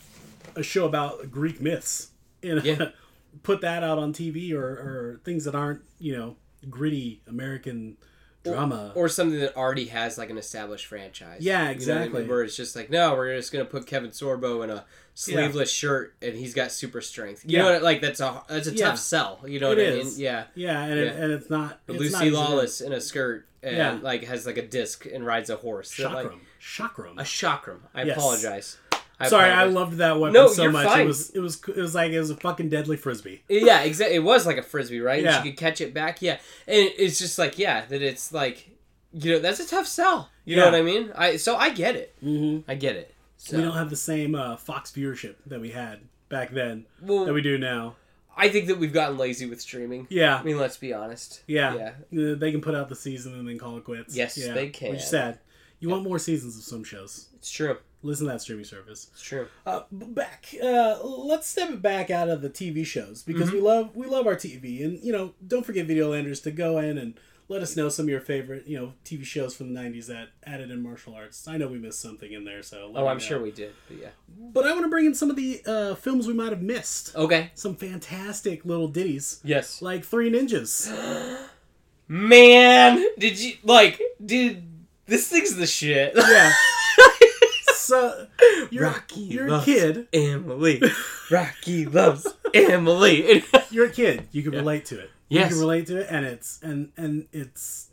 [SPEAKER 2] a show about Greek myths and
[SPEAKER 1] Yeah.
[SPEAKER 2] put that out on TV or, or things that aren't you know gritty American drama.
[SPEAKER 1] or something that already has like an established franchise. You know
[SPEAKER 2] Yeah,
[SPEAKER 1] what I mean?
[SPEAKER 2] exactly.
[SPEAKER 1] Where it's just like, no, we're just gonna put Kevin Sorbo in a sleeveless shirt and he's got super strength. You
[SPEAKER 2] Yeah.
[SPEAKER 1] know, what I- like that's a that's a
[SPEAKER 2] Yeah.
[SPEAKER 1] tough sell. You know
[SPEAKER 2] It
[SPEAKER 1] what I mean?
[SPEAKER 2] is.
[SPEAKER 1] Yeah.
[SPEAKER 2] yeah, and, It,
[SPEAKER 1] yeah.
[SPEAKER 2] and it's not it's not
[SPEAKER 1] Lucy
[SPEAKER 2] easy to-
[SPEAKER 1] Lawless in a skirt and
[SPEAKER 2] Yeah.
[SPEAKER 1] like has like a disc and rides a horse. They're,
[SPEAKER 2] Chakram,
[SPEAKER 1] Like,
[SPEAKER 2] chakram.
[SPEAKER 1] a chakram. I
[SPEAKER 2] Yes.
[SPEAKER 1] apologize. I
[SPEAKER 2] Sorry, I
[SPEAKER 1] apologize.
[SPEAKER 2] loved that weapon
[SPEAKER 1] No,
[SPEAKER 2] so
[SPEAKER 1] you're
[SPEAKER 2] much.
[SPEAKER 1] fine.
[SPEAKER 2] It was it was it was like it was a fucking deadly frisbee.
[SPEAKER 1] Yeah, exactly. It was like a frisbee, right?
[SPEAKER 2] Yeah.
[SPEAKER 1] And she could catch it back. Yeah, and it's just like yeah, that it's like you know that's a tough sell. You know
[SPEAKER 2] Yeah.
[SPEAKER 1] what I mean? I so I get it.
[SPEAKER 2] Mhm.
[SPEAKER 1] I get it. So
[SPEAKER 2] We don't have the same uh, Fox viewership that we had back then
[SPEAKER 1] Well-
[SPEAKER 2] that we do now.
[SPEAKER 1] I think that we've gotten lazy with streaming.
[SPEAKER 2] Yeah,
[SPEAKER 1] I mean, let's be honest.
[SPEAKER 2] yeah. Uh, They can put out the season and then call it quits.
[SPEAKER 1] Yes,
[SPEAKER 2] yeah.
[SPEAKER 1] they can.
[SPEAKER 2] Which is sad. You want more seasons of some shows.
[SPEAKER 1] it's true.
[SPEAKER 2] Listen to that streaming service.
[SPEAKER 1] It's true.
[SPEAKER 2] Uh, b- back. Uh, let's step it back out of the TV shows because
[SPEAKER 1] Mm-hmm.
[SPEAKER 2] we love we love our TV, and you know, don't forget Videolanders to go in and let us know some of your favorite you know TV shows from the '90s that added in martial arts. I know we missed something in there, so let
[SPEAKER 1] Oh,
[SPEAKER 2] me
[SPEAKER 1] I'm
[SPEAKER 2] know.
[SPEAKER 1] sure we did. But yeah.
[SPEAKER 2] But I want to bring in some of the uh, films we might have missed.
[SPEAKER 1] Okay.
[SPEAKER 2] Some fantastic little ditties,
[SPEAKER 1] Yes.
[SPEAKER 2] like Three Ninjas.
[SPEAKER 1] Man, did you like? Did this thing's the shit.
[SPEAKER 2] Yeah. so you're,
[SPEAKER 1] Rocky
[SPEAKER 2] you're a
[SPEAKER 1] loves
[SPEAKER 2] kid.
[SPEAKER 1] Emily. Rocky loves Emily.
[SPEAKER 2] You're a kid. You can relate to it.
[SPEAKER 1] Yes.
[SPEAKER 2] You can relate to it, and it's and and it's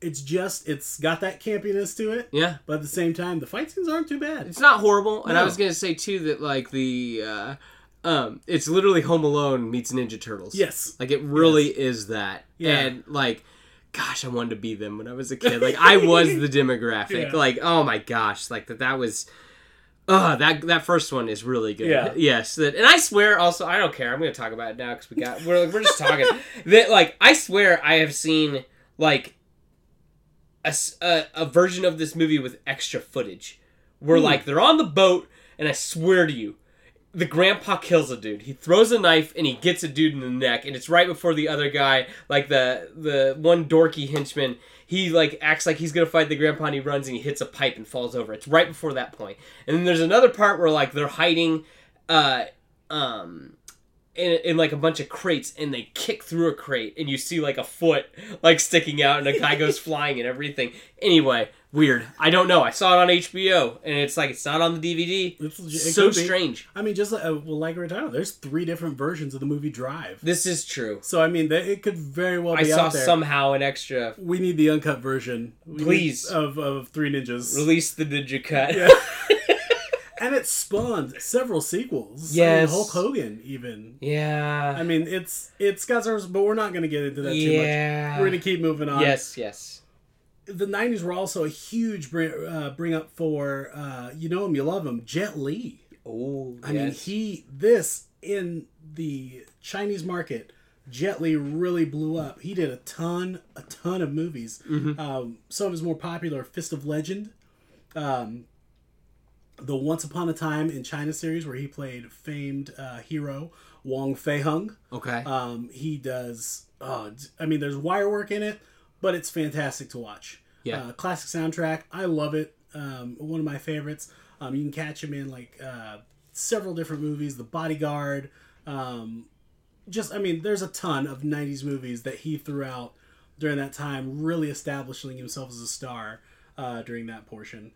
[SPEAKER 2] it's just it's got that campiness to it.
[SPEAKER 1] yeah.
[SPEAKER 2] But at the same time, the fight scenes aren't too bad.
[SPEAKER 1] It's not horrible. And I
[SPEAKER 2] No.
[SPEAKER 1] was going to say, too, that, like, the. Uh, um, it's literally Home Alone meets Ninja Turtles.
[SPEAKER 2] Yes.
[SPEAKER 1] Like, it really is that.
[SPEAKER 2] Yeah.
[SPEAKER 1] And, like, gosh, I wanted to be them when I was a kid. Like, I was the demographic.
[SPEAKER 2] Yeah.
[SPEAKER 1] Like, oh my gosh. Like, that, that was. Oh, that that first one is really good.
[SPEAKER 2] Yeah.
[SPEAKER 1] Yes, that, and I swear also I don't care. I'm going to talk about it now because we got we're we're just talking that like I swear I have seen like a, s- a- a version of this movie with extra footage where
[SPEAKER 2] Hmm.
[SPEAKER 1] like they're on the boat and I swear to you the grandpa kills a dude. He throws a knife and he gets a dude in the neck, and it's right before the other guy, like the the one dorky henchman. He like acts like he's gonna fight the grandpa, and he runs and he hits a pipe and falls over. It's right before that point, and then there's another part where like they're hiding, uh, um. In, in like a bunch of crates and they kick through a crate and you see like a foot like sticking out and a guy goes flying and everything anyway weird i don't know i saw it on hbo and it's like it's not on the dvd
[SPEAKER 2] It's legit- it
[SPEAKER 1] so
[SPEAKER 2] could be.
[SPEAKER 1] strange
[SPEAKER 2] I mean, just like, uh, well, like we were talking about, there's three different versions of the movie Drive.
[SPEAKER 1] This is true.
[SPEAKER 2] So I mean, that it could very well
[SPEAKER 1] I
[SPEAKER 2] be
[SPEAKER 1] saw
[SPEAKER 2] out there.
[SPEAKER 1] somehow an extra
[SPEAKER 2] We need the uncut version, We need-
[SPEAKER 1] Please.
[SPEAKER 2] of of Three Ninjas,
[SPEAKER 1] release the ninja cut.
[SPEAKER 2] Yeah. and it spawned several sequels. I mean,
[SPEAKER 1] Yes.
[SPEAKER 2] Hulk Hogan even. I
[SPEAKER 1] yeah.
[SPEAKER 2] mean, it's it's got service, but we're not going to get into that too
[SPEAKER 1] yeah.
[SPEAKER 2] much. We're going to keep moving on.
[SPEAKER 1] yes, yes.
[SPEAKER 2] the '90s were also a huge bring, uh, bring up for uh, you know him, you love him, Jet Li.
[SPEAKER 1] Oh,
[SPEAKER 2] I mean, he this in the Chinese market, Jet Li really blew up. He did a ton, a ton of movies.
[SPEAKER 1] Mm-hmm.
[SPEAKER 2] Um, some of his more popular, Fist of Legend, um, the Once Upon a Time in China series, where he played famed uh, hero Wong Fei Hung.
[SPEAKER 1] okay.
[SPEAKER 2] Um, he does. Uh, d- I mean, there's wire work in it, but it's fantastic to watch.
[SPEAKER 1] Yeah.
[SPEAKER 2] Uh, classic soundtrack. I love it. Um, one of my favorites. Um, you can catch him in like uh, several different movies. The Bodyguard. Um, just, I mean, there's a ton of '90s movies that he threw out during that time, really establishing himself as a star uh, during that portion.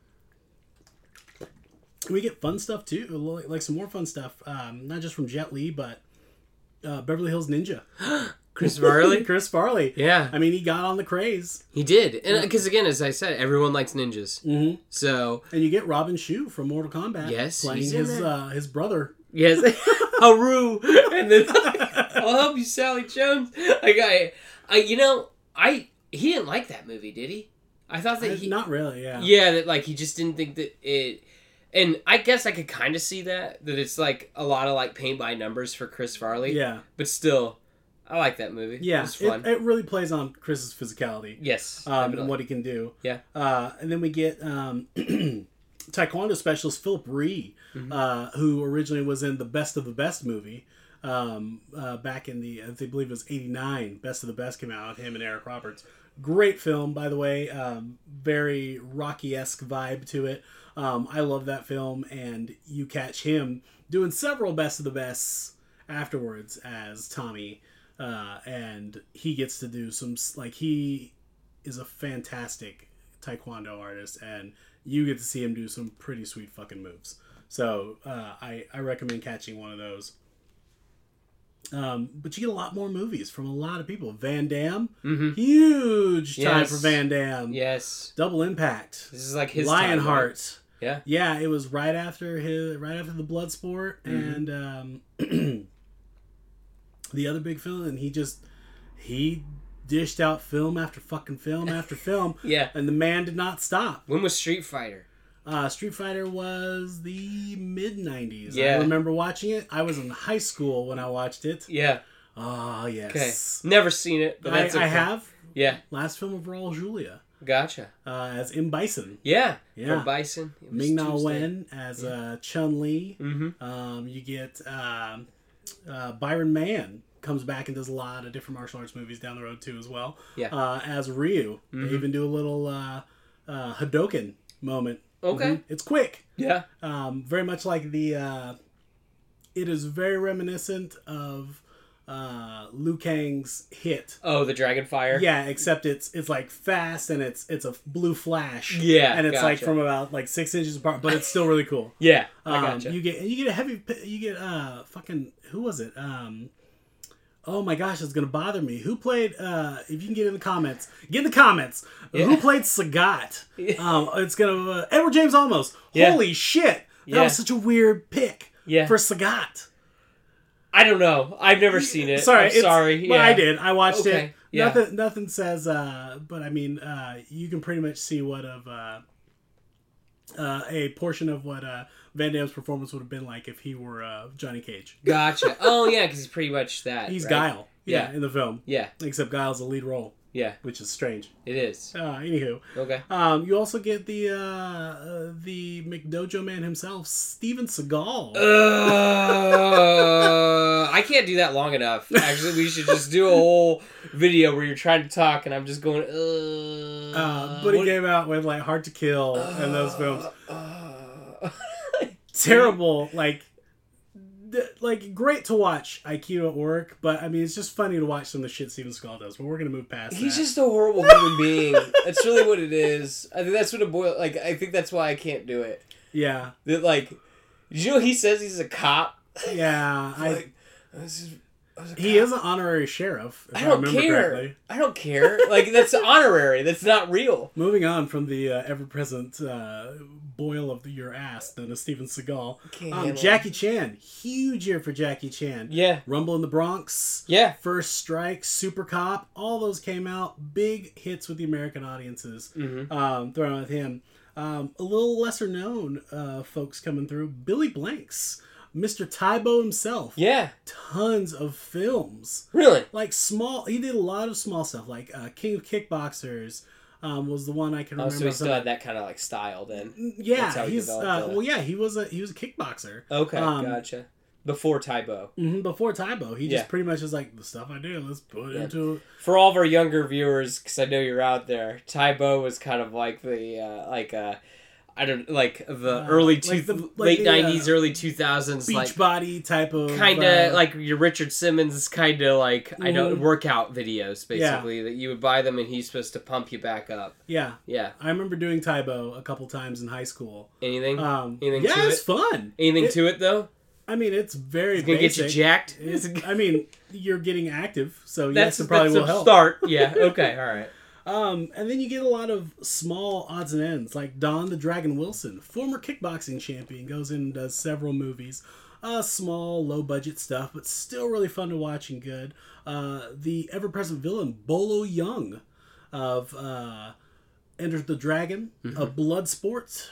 [SPEAKER 2] We get fun stuff too, like, like some more fun stuff, um, not just from Jet Li, but uh, Beverly Hills Ninja.
[SPEAKER 1] Chris Farley.
[SPEAKER 2] Chris Farley.
[SPEAKER 1] yeah,
[SPEAKER 2] I mean, he got on the craze.
[SPEAKER 1] he did. And because again, as I said, everyone likes ninjas.
[SPEAKER 2] Mm-hmm.
[SPEAKER 1] So
[SPEAKER 2] And you get Robin Shu from Mortal Kombat.
[SPEAKER 1] Yes,
[SPEAKER 2] Playing
[SPEAKER 1] he's in
[SPEAKER 2] his,
[SPEAKER 1] there.
[SPEAKER 2] uh, his brother.
[SPEAKER 1] yes, Haru, and then I'll help you, Sally Jones. Like I, I, you know, I he didn't like that movie, did he? I thought that he
[SPEAKER 2] Uh, Not really, yeah.
[SPEAKER 1] yeah that like he just didn't think that it and i guess i could kind of see that that it's like a lot of like paint by numbers for chris farley
[SPEAKER 2] Yeah.
[SPEAKER 1] but still i like that movie
[SPEAKER 2] Yeah.
[SPEAKER 1] it's fun
[SPEAKER 2] It, it really plays on Chris's physicality
[SPEAKER 1] yes
[SPEAKER 2] um,
[SPEAKER 1] definitely.
[SPEAKER 2] and what he can do.
[SPEAKER 1] Yeah.
[SPEAKER 2] Uh, and then we get um, Taekwondo specialist Philip Ree,
[SPEAKER 1] Mm-hmm.
[SPEAKER 2] uh, who originally was in the Best of the Best movie. Um, uh, back in the, I think- believe it was '89, Best of the Best came out. Him and Eric Roberts, great film by the way. Um, very Rocky esque vibe to it. Um, I love that film, and you catch him doing several Best of the Bests afterwards as Tommy, uh, and he gets to do some s- like he is a fantastic taekwondo artist, and you get to see him do some pretty sweet fucking moves. So uh, I I recommend catching one of those. Um, but you get a lot more movies from a lot of people. Van Damme,
[SPEAKER 1] Mhm.
[SPEAKER 2] huge time
[SPEAKER 1] Yes.
[SPEAKER 2] for Van Damme.
[SPEAKER 1] yes
[SPEAKER 2] Double Impact,
[SPEAKER 1] this is like his time, right?
[SPEAKER 2] Lionheart.
[SPEAKER 1] yeah
[SPEAKER 2] Yeah, it was right after his, right after the blood sport
[SPEAKER 1] Mm-hmm.
[SPEAKER 2] and um, the other big film, and he just he dished out film after fucking film after film,
[SPEAKER 1] yeah
[SPEAKER 2] and the man did not stop.
[SPEAKER 1] when was street fighter
[SPEAKER 2] Uh, Street Fighter was the mid '90s.
[SPEAKER 1] Yeah.
[SPEAKER 2] I remember watching it. I was in high school when I watched it.
[SPEAKER 1] yeah
[SPEAKER 2] Oh
[SPEAKER 1] okay
[SPEAKER 2] yes,
[SPEAKER 1] never seen it but that's
[SPEAKER 2] I,
[SPEAKER 1] okay.
[SPEAKER 2] I have
[SPEAKER 1] yeah
[SPEAKER 2] last film of Raul Julia
[SPEAKER 1] gotcha
[SPEAKER 2] uh, as M Bison,
[SPEAKER 1] yeah
[SPEAKER 2] Yeah.
[SPEAKER 1] From bison It was
[SPEAKER 2] Ming Na
[SPEAKER 1] Tuesday.
[SPEAKER 2] Wen as uh, Chun Li.
[SPEAKER 1] Mhm.
[SPEAKER 2] Um, you get um, uh, Byron Mann comes back and does a lot of different martial arts movies down the road too as well.
[SPEAKER 1] Yeah. Mm-hmm.
[SPEAKER 2] Uh, as Ryu, they even do a little uh, uh, Hadoken moment.
[SPEAKER 1] Okay.
[SPEAKER 2] Mhm. It's quick.
[SPEAKER 1] yeah
[SPEAKER 2] Um, very much like the. Uh, it is very reminiscent of uh, Liu Kang's hit.
[SPEAKER 1] Oh, the dragon fire.
[SPEAKER 2] Yeah, except it's it's like fast and it's it's a blue flash.
[SPEAKER 1] Yeah,
[SPEAKER 2] and it's like
[SPEAKER 1] gotcha.
[SPEAKER 2] from about like six inches apart, but it's still really cool.
[SPEAKER 1] Yeah, I
[SPEAKER 2] Um,
[SPEAKER 1] gotcha.
[SPEAKER 2] You get you get a heavy p- you get uh fucking who was it um. Oh my gosh, it's gonna bother me. Who played? uh If you can get in the comments, get in the comments. Who played Sagat? Um, it's gonna uh, Edward James almost.
[SPEAKER 1] Yeah.
[SPEAKER 2] Holy shit, that
[SPEAKER 1] Yeah.
[SPEAKER 2] was such a weird pick.
[SPEAKER 1] Yeah.
[SPEAKER 2] for Sagat.
[SPEAKER 1] I don't know. I've never seen it.
[SPEAKER 2] Sorry,
[SPEAKER 1] I'm
[SPEAKER 2] it's-
[SPEAKER 1] sorry.
[SPEAKER 2] Well,
[SPEAKER 1] yeah.
[SPEAKER 2] I did. I watched it.
[SPEAKER 1] Okay, yeah.
[SPEAKER 2] Nothing. Nothing says. Uh, but I mean, uh, you can pretty much see what of uh, uh, a portion of what uh, Van Damme's performance would have been like if he were uh, Johnny Cage.
[SPEAKER 1] Gotcha. Oh yeah, because he's pretty much that.
[SPEAKER 2] He's
[SPEAKER 1] right?
[SPEAKER 2] Guile. Yeah,
[SPEAKER 1] Yeah.
[SPEAKER 2] in the film,
[SPEAKER 1] Yeah,
[SPEAKER 2] except Guile's a lead role,
[SPEAKER 1] yeah,
[SPEAKER 2] which is strange.
[SPEAKER 1] it is.
[SPEAKER 2] Uh, anywho,
[SPEAKER 1] Okay.
[SPEAKER 2] um, you also get the uh, uh, the McDojo man himself, Steven Seagal.
[SPEAKER 1] Uh, I can't do that long enough. Actually, we should just do a whole video where you're trying to talk and I'm just going. Uh,
[SPEAKER 2] Uh, but he
[SPEAKER 1] what-
[SPEAKER 2] came out with like Hard to Kill and those films.
[SPEAKER 1] uh,
[SPEAKER 2] terrible like th- like great to watch Aikido at work, but I mean it's just funny to watch some of the shit Steven Seagal does. But we're gonna move past.
[SPEAKER 1] He's
[SPEAKER 2] that.
[SPEAKER 1] just a horrible human being. That's really what it is. I think that's what it boil. Like I think that's why I can't do it.
[SPEAKER 2] yeah,
[SPEAKER 1] That like, did you know he says he's a cop.
[SPEAKER 2] yeah. I,
[SPEAKER 1] Like, I was just- I was a
[SPEAKER 2] he is an honorary sheriff. If I,
[SPEAKER 1] I don't
[SPEAKER 2] remember
[SPEAKER 1] care.
[SPEAKER 2] correctly.
[SPEAKER 1] I don't care. Like that's honorary. That's not real.
[SPEAKER 2] Moving on from the uh, ever-present uh, boil of your ass, then a Steven Seagal.
[SPEAKER 1] Can't
[SPEAKER 2] Um,
[SPEAKER 1] handle
[SPEAKER 2] Jackie Chan, huge year for Jackie Chan.
[SPEAKER 1] Yeah.
[SPEAKER 2] Rumble in the Bronx.
[SPEAKER 1] Yeah.
[SPEAKER 2] First Strike, Super Cop, all those came out big hits with the American audiences. Um, thrown at him, um, a little lesser known uh, folks coming through. Billy Blanks, Mr. Tybo himself.
[SPEAKER 1] Yeah.
[SPEAKER 2] Tons of films,
[SPEAKER 1] Really.
[SPEAKER 2] like small. He did a lot of small stuff, like uh, King of Kickboxers. Um, was the one I can
[SPEAKER 1] Oh,
[SPEAKER 2] remember.
[SPEAKER 1] so he
[SPEAKER 2] from
[SPEAKER 1] still had that kind of like style then.
[SPEAKER 2] that- yeah,
[SPEAKER 1] that's how he
[SPEAKER 2] he's uh,
[SPEAKER 1] developed it.
[SPEAKER 2] well, yeah, he was a he was a kickboxer.
[SPEAKER 1] Okay.
[SPEAKER 2] Um,
[SPEAKER 1] gotcha. Before Tybo.
[SPEAKER 2] hmm before Tybo, he
[SPEAKER 1] Yeah.
[SPEAKER 2] just pretty much is like the stuff I do. Let's put it into
[SPEAKER 1] For all of our younger viewers, because I know you're out there, Tybo was kind of like the uh, like uh, I don't like the
[SPEAKER 2] Uh,
[SPEAKER 1] early
[SPEAKER 2] like
[SPEAKER 1] two
[SPEAKER 2] the- like
[SPEAKER 1] late
[SPEAKER 2] the, uh,
[SPEAKER 1] '90s, early 2000s,
[SPEAKER 2] beach
[SPEAKER 1] like
[SPEAKER 2] body type of
[SPEAKER 1] kind of
[SPEAKER 2] uh,
[SPEAKER 1] like your Richard Simmons kind of like I know
[SPEAKER 2] Mhm.
[SPEAKER 1] workout videos basically that you would buy them and he's supposed to pump you back up.
[SPEAKER 2] yeah.
[SPEAKER 1] Yeah.
[SPEAKER 2] I remember doing Tybo a couple times in high school.
[SPEAKER 1] Anything?
[SPEAKER 2] Um,
[SPEAKER 1] Anything
[SPEAKER 2] yeah,
[SPEAKER 1] Mm-hmm. to
[SPEAKER 2] it's
[SPEAKER 1] it?
[SPEAKER 2] fun.
[SPEAKER 1] Anything
[SPEAKER 2] it-
[SPEAKER 1] to it though?
[SPEAKER 2] I mean, it's very
[SPEAKER 1] It's gonna get
[SPEAKER 2] basic.
[SPEAKER 1] you jacked.
[SPEAKER 2] It's- I mean, you're getting active, so
[SPEAKER 1] that's
[SPEAKER 2] yes, it probably
[SPEAKER 1] that's
[SPEAKER 2] will
[SPEAKER 1] a
[SPEAKER 2] help.
[SPEAKER 1] start. Yeah. Okay. All right.
[SPEAKER 2] Um, and then you get a lot of small odds and ends, like Don the Dragon Wilson, former kickboxing champion, goes in and does several movies. Uh, small, low budget stuff, but still really fun to watch and good. Uh, the ever present villain, Bolo Young, of uh, Enters the Dragon, of Blood Sports.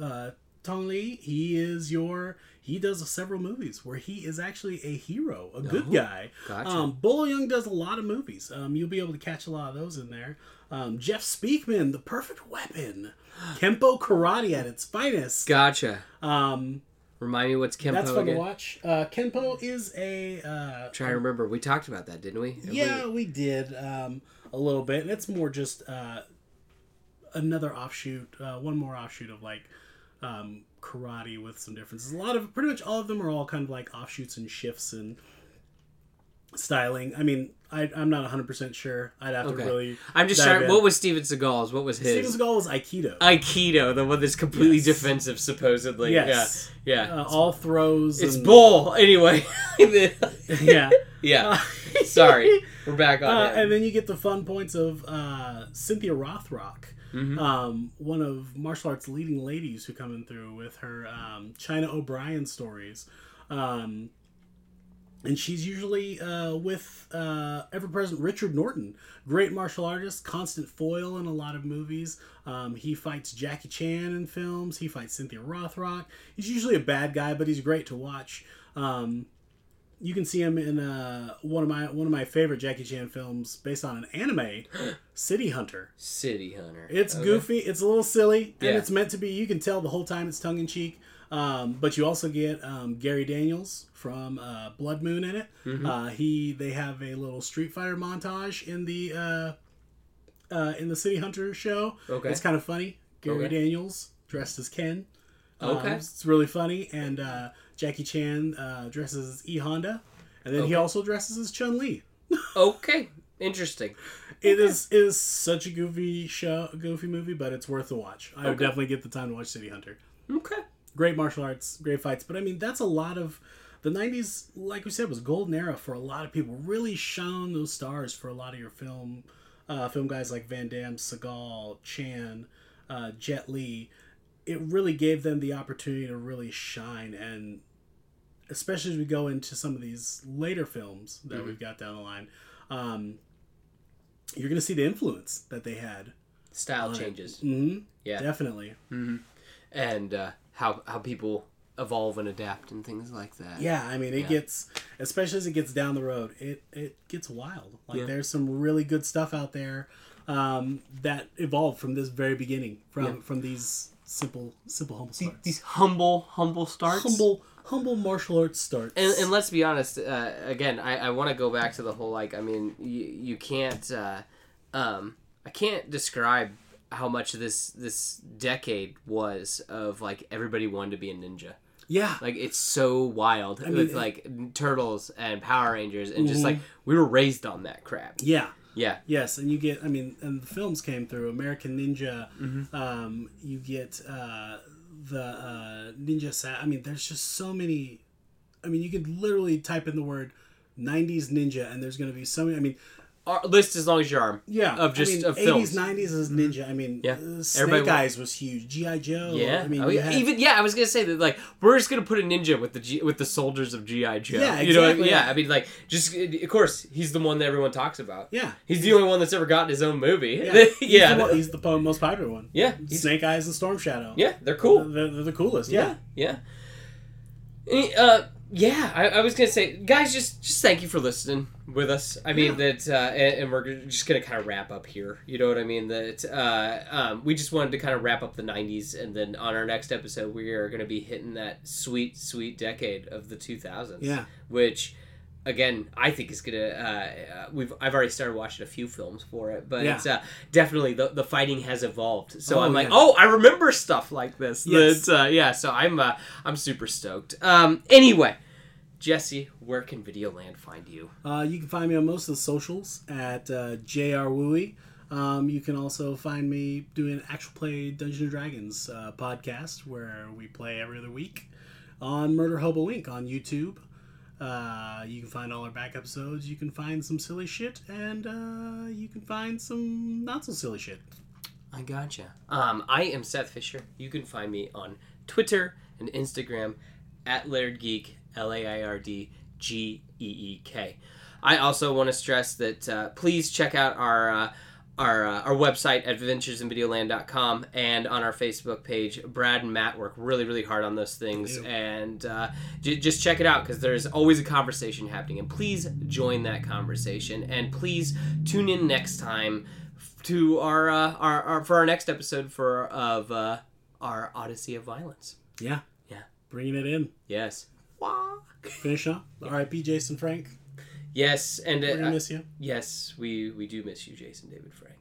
[SPEAKER 2] Uh, Tong Lee, he is your. He does several movies where he is actually a hero, a good guy.
[SPEAKER 1] Gotcha.
[SPEAKER 2] Um, Bolo Young does a lot of movies. Um, you'll be able to catch a lot of those in there. Um, Jeff Speakman, The Perfect Weapon, Kempo Karate at its finest.
[SPEAKER 1] Gotcha.
[SPEAKER 2] Um,
[SPEAKER 1] Remind me what's Kempo
[SPEAKER 2] that's fun to
[SPEAKER 1] again.
[SPEAKER 2] watch. Uh, Kempo is a uh,
[SPEAKER 1] Try to remember. We talked about that, didn't we? Have
[SPEAKER 2] yeah,
[SPEAKER 1] we-
[SPEAKER 2] we did um, a little bit, and it's more just uh, another offshoot, uh, one more offshoot of like um, karate with some differences. A lot of pretty much all of them are all kind of like offshoots and shifts and styling. I mean, I, I'm not 100 percent sure. I'd have
[SPEAKER 1] Okay.
[SPEAKER 2] to really.
[SPEAKER 1] I'm just
[SPEAKER 2] dive
[SPEAKER 1] trying.
[SPEAKER 2] in.
[SPEAKER 1] What was Steven Seagal's? What was his?
[SPEAKER 2] Steven Seagal was Aikido.
[SPEAKER 1] Aikido, the one that's completely
[SPEAKER 2] Yes.
[SPEAKER 1] defensive, supposedly.
[SPEAKER 2] Yes.
[SPEAKER 1] Yeah. Yeah.
[SPEAKER 2] Uh, um, all throws.
[SPEAKER 1] it's
[SPEAKER 2] and-
[SPEAKER 1] bull. Anyway.
[SPEAKER 2] Yeah.
[SPEAKER 1] yeah. Sorry. We're back on
[SPEAKER 2] Uh,
[SPEAKER 1] it.
[SPEAKER 2] and then you get the fun points of uh, Cynthia Rothrock, um, one of martial arts leading ladies who come in through with her um, China O'Brien stories. Um, and she's usually uh, with uh, ever present Richard Norton, great martial artist, constant foil in a lot of movies. Um, he fights Jackie Chan in films, he fights Cynthia Rothrock. He's usually a bad guy, but he's great to watch. Um, you can see him in uh, one of my one of my favorite Jackie Chan films based on an anime, City Hunter.
[SPEAKER 1] City Hunter.
[SPEAKER 2] It's
[SPEAKER 1] Okay.
[SPEAKER 2] goofy, it's a little silly, and
[SPEAKER 1] Yeah.
[SPEAKER 2] it's meant to be. You can tell the whole time it's tongue in cheek. Um, but you also get um, Gary Daniels from uh, Blood Moon in it.
[SPEAKER 1] Mm-hmm.
[SPEAKER 2] Uh, he they have a little Street Fighter montage in the uh, uh, in the City Hunter show.
[SPEAKER 1] Okay.
[SPEAKER 2] it's kind of funny. Gary
[SPEAKER 1] Okay.
[SPEAKER 2] Daniels dressed as Ken. Um,
[SPEAKER 1] Okay.
[SPEAKER 2] it's really funny, and uh, Jackie Chan uh, dresses as E Honda, and then he also dresses as Chun Li.
[SPEAKER 1] Okay, interesting.
[SPEAKER 2] It is it is such a goofy show, goofy movie, but it's worth a watch. I would definitely get the time to watch City Hunter.
[SPEAKER 1] Okay.
[SPEAKER 2] Great martial arts, great fights, but I mean that's a lot of the '90s. Like we said, was a golden era for a lot of people. Really shone those stars for a lot of your film, uh, film guys like Van Damme, Seagal, Chan, uh, Jet Li. It really gave them the opportunity to really shine, and especially as we go into some of these later films
[SPEAKER 1] Mm-hmm.
[SPEAKER 2] that we've got down the line. Um, you're gonna see the influence that they had.
[SPEAKER 1] Style changes
[SPEAKER 2] hmm
[SPEAKER 1] Yeah.
[SPEAKER 2] definitely.
[SPEAKER 1] and uh, how how people evolve and adapt and things like that.
[SPEAKER 2] Yeah, I mean, it gets, especially as it gets down the road, it it gets wild. Like there's some really good stuff out there um, that evolved from this very beginning, from from these simple, simple humble starts,
[SPEAKER 1] These humble humble starts.
[SPEAKER 2] humble, humble martial arts starts.
[SPEAKER 1] And, and let's be honest. Uh, again, I, I want to go back to the whole like. I mean, you, you can't. Uh, um, I can't describe how much this this decade was of like everybody wanted to be a ninja.
[SPEAKER 2] yeah,
[SPEAKER 1] Like it's so wild with
[SPEAKER 2] it-
[SPEAKER 1] like turtles and Power Rangers and just like
[SPEAKER 2] Mm-hmm.
[SPEAKER 1] we were raised on that crap.
[SPEAKER 2] yeah.
[SPEAKER 1] Yeah.
[SPEAKER 2] Yes, and you get. I mean, and the films came through American Ninja.
[SPEAKER 1] Mm-hmm.
[SPEAKER 2] Um, you get uh, the uh, Ninja Sa I mean, there's just so many. I mean, you could literally type in the word '90s Ninja, and there's going to be so many. I mean,
[SPEAKER 1] Our list as long as your arm.
[SPEAKER 2] yeah,
[SPEAKER 1] Of just-
[SPEAKER 2] I mean,
[SPEAKER 1] of films.
[SPEAKER 2] '80s '90s is Ninja. I mean,
[SPEAKER 1] Yeah.
[SPEAKER 2] uh,
[SPEAKER 1] Everybody
[SPEAKER 2] Snake
[SPEAKER 1] wa-
[SPEAKER 2] Eyes was huge. GI Joe.
[SPEAKER 1] Yeah,
[SPEAKER 2] I mean,
[SPEAKER 1] Oh,
[SPEAKER 2] you
[SPEAKER 1] yeah.
[SPEAKER 2] had-
[SPEAKER 1] even yeah, I was gonna say that like we're just gonna put a ninja with the G- with the soldiers of GI Joe.
[SPEAKER 2] Yeah,
[SPEAKER 1] You know, what I mean?
[SPEAKER 2] exactly.
[SPEAKER 1] yeah. I mean, like just of course he's the one that everyone talks about.
[SPEAKER 2] yeah.
[SPEAKER 1] he's the only one that's ever gotten his own movie.
[SPEAKER 2] Yeah,
[SPEAKER 1] Yeah,
[SPEAKER 2] he's
[SPEAKER 1] yeah,
[SPEAKER 2] the, one- he's the po- most popular one.
[SPEAKER 1] he's-
[SPEAKER 2] Snake Eyes and Storm Shadow.
[SPEAKER 1] yeah, They're cool.
[SPEAKER 2] they're, they're the coolest. Yeah,
[SPEAKER 1] yeah. Any- Uh, yeah, I, I was gonna say, guys, just just thank you for listening with us. I mean that, uh, and, and we're just gonna kind of wrap up here. You know what I mean? That uh, um, we just wanted to kind of wrap up the '90s, and then on our next episode, we are gonna be hitting that sweet, sweet decade of the 2000s.
[SPEAKER 2] Yeah.
[SPEAKER 1] which. Again, I think is gonna. Uh, uh, we've I've already started watching a few films for it, but
[SPEAKER 2] Yeah.
[SPEAKER 1] it's, uh, definitely the the fighting has evolved. So
[SPEAKER 2] Oh,
[SPEAKER 1] I'm like,
[SPEAKER 2] yeah.
[SPEAKER 1] oh, I remember stuff like this.
[SPEAKER 2] Yes.
[SPEAKER 1] That, uh, yeah, so I'm uh, I'm super stoked. Um, anyway, Jesse, where can Videoland find you?
[SPEAKER 2] Uh, you can find me on most of the socials at uh, JR Wooey. Um, you can also find me doing actual play Dungeons and Dragons uh, podcast where we play every other week on Murder Hobo Inc. on YouTube. Uh, you can find all our back episodes. You can find some silly shit, and uh, you can find some not so silly shit.
[SPEAKER 1] I gotcha. Um, I am Seth Fisher. You can find me on Twitter and Instagram at Laird Geek, L A I R D G E E K. I also want to stress that uh, please check out our. Uh, our, uh, our website at adventuresinvideoland.com and on our Facebook page, Brad and Matt work really, really hard on those things.
[SPEAKER 2] do.
[SPEAKER 1] And uh, j- just check it out because there's always a conversation happening. And please join that conversation. And please tune in next time to our uh, our, our for our next episode for of uh, our Odyssey of Violence.
[SPEAKER 2] Yeah.
[SPEAKER 1] Yeah.
[SPEAKER 2] Bringing it in.
[SPEAKER 1] Yes.
[SPEAKER 2] Finish up. R.I.P. Jason Frank.
[SPEAKER 1] Yes, and
[SPEAKER 2] We're going to
[SPEAKER 1] uh,
[SPEAKER 2] miss you.
[SPEAKER 1] yes, we we do miss you, Jason David Frank.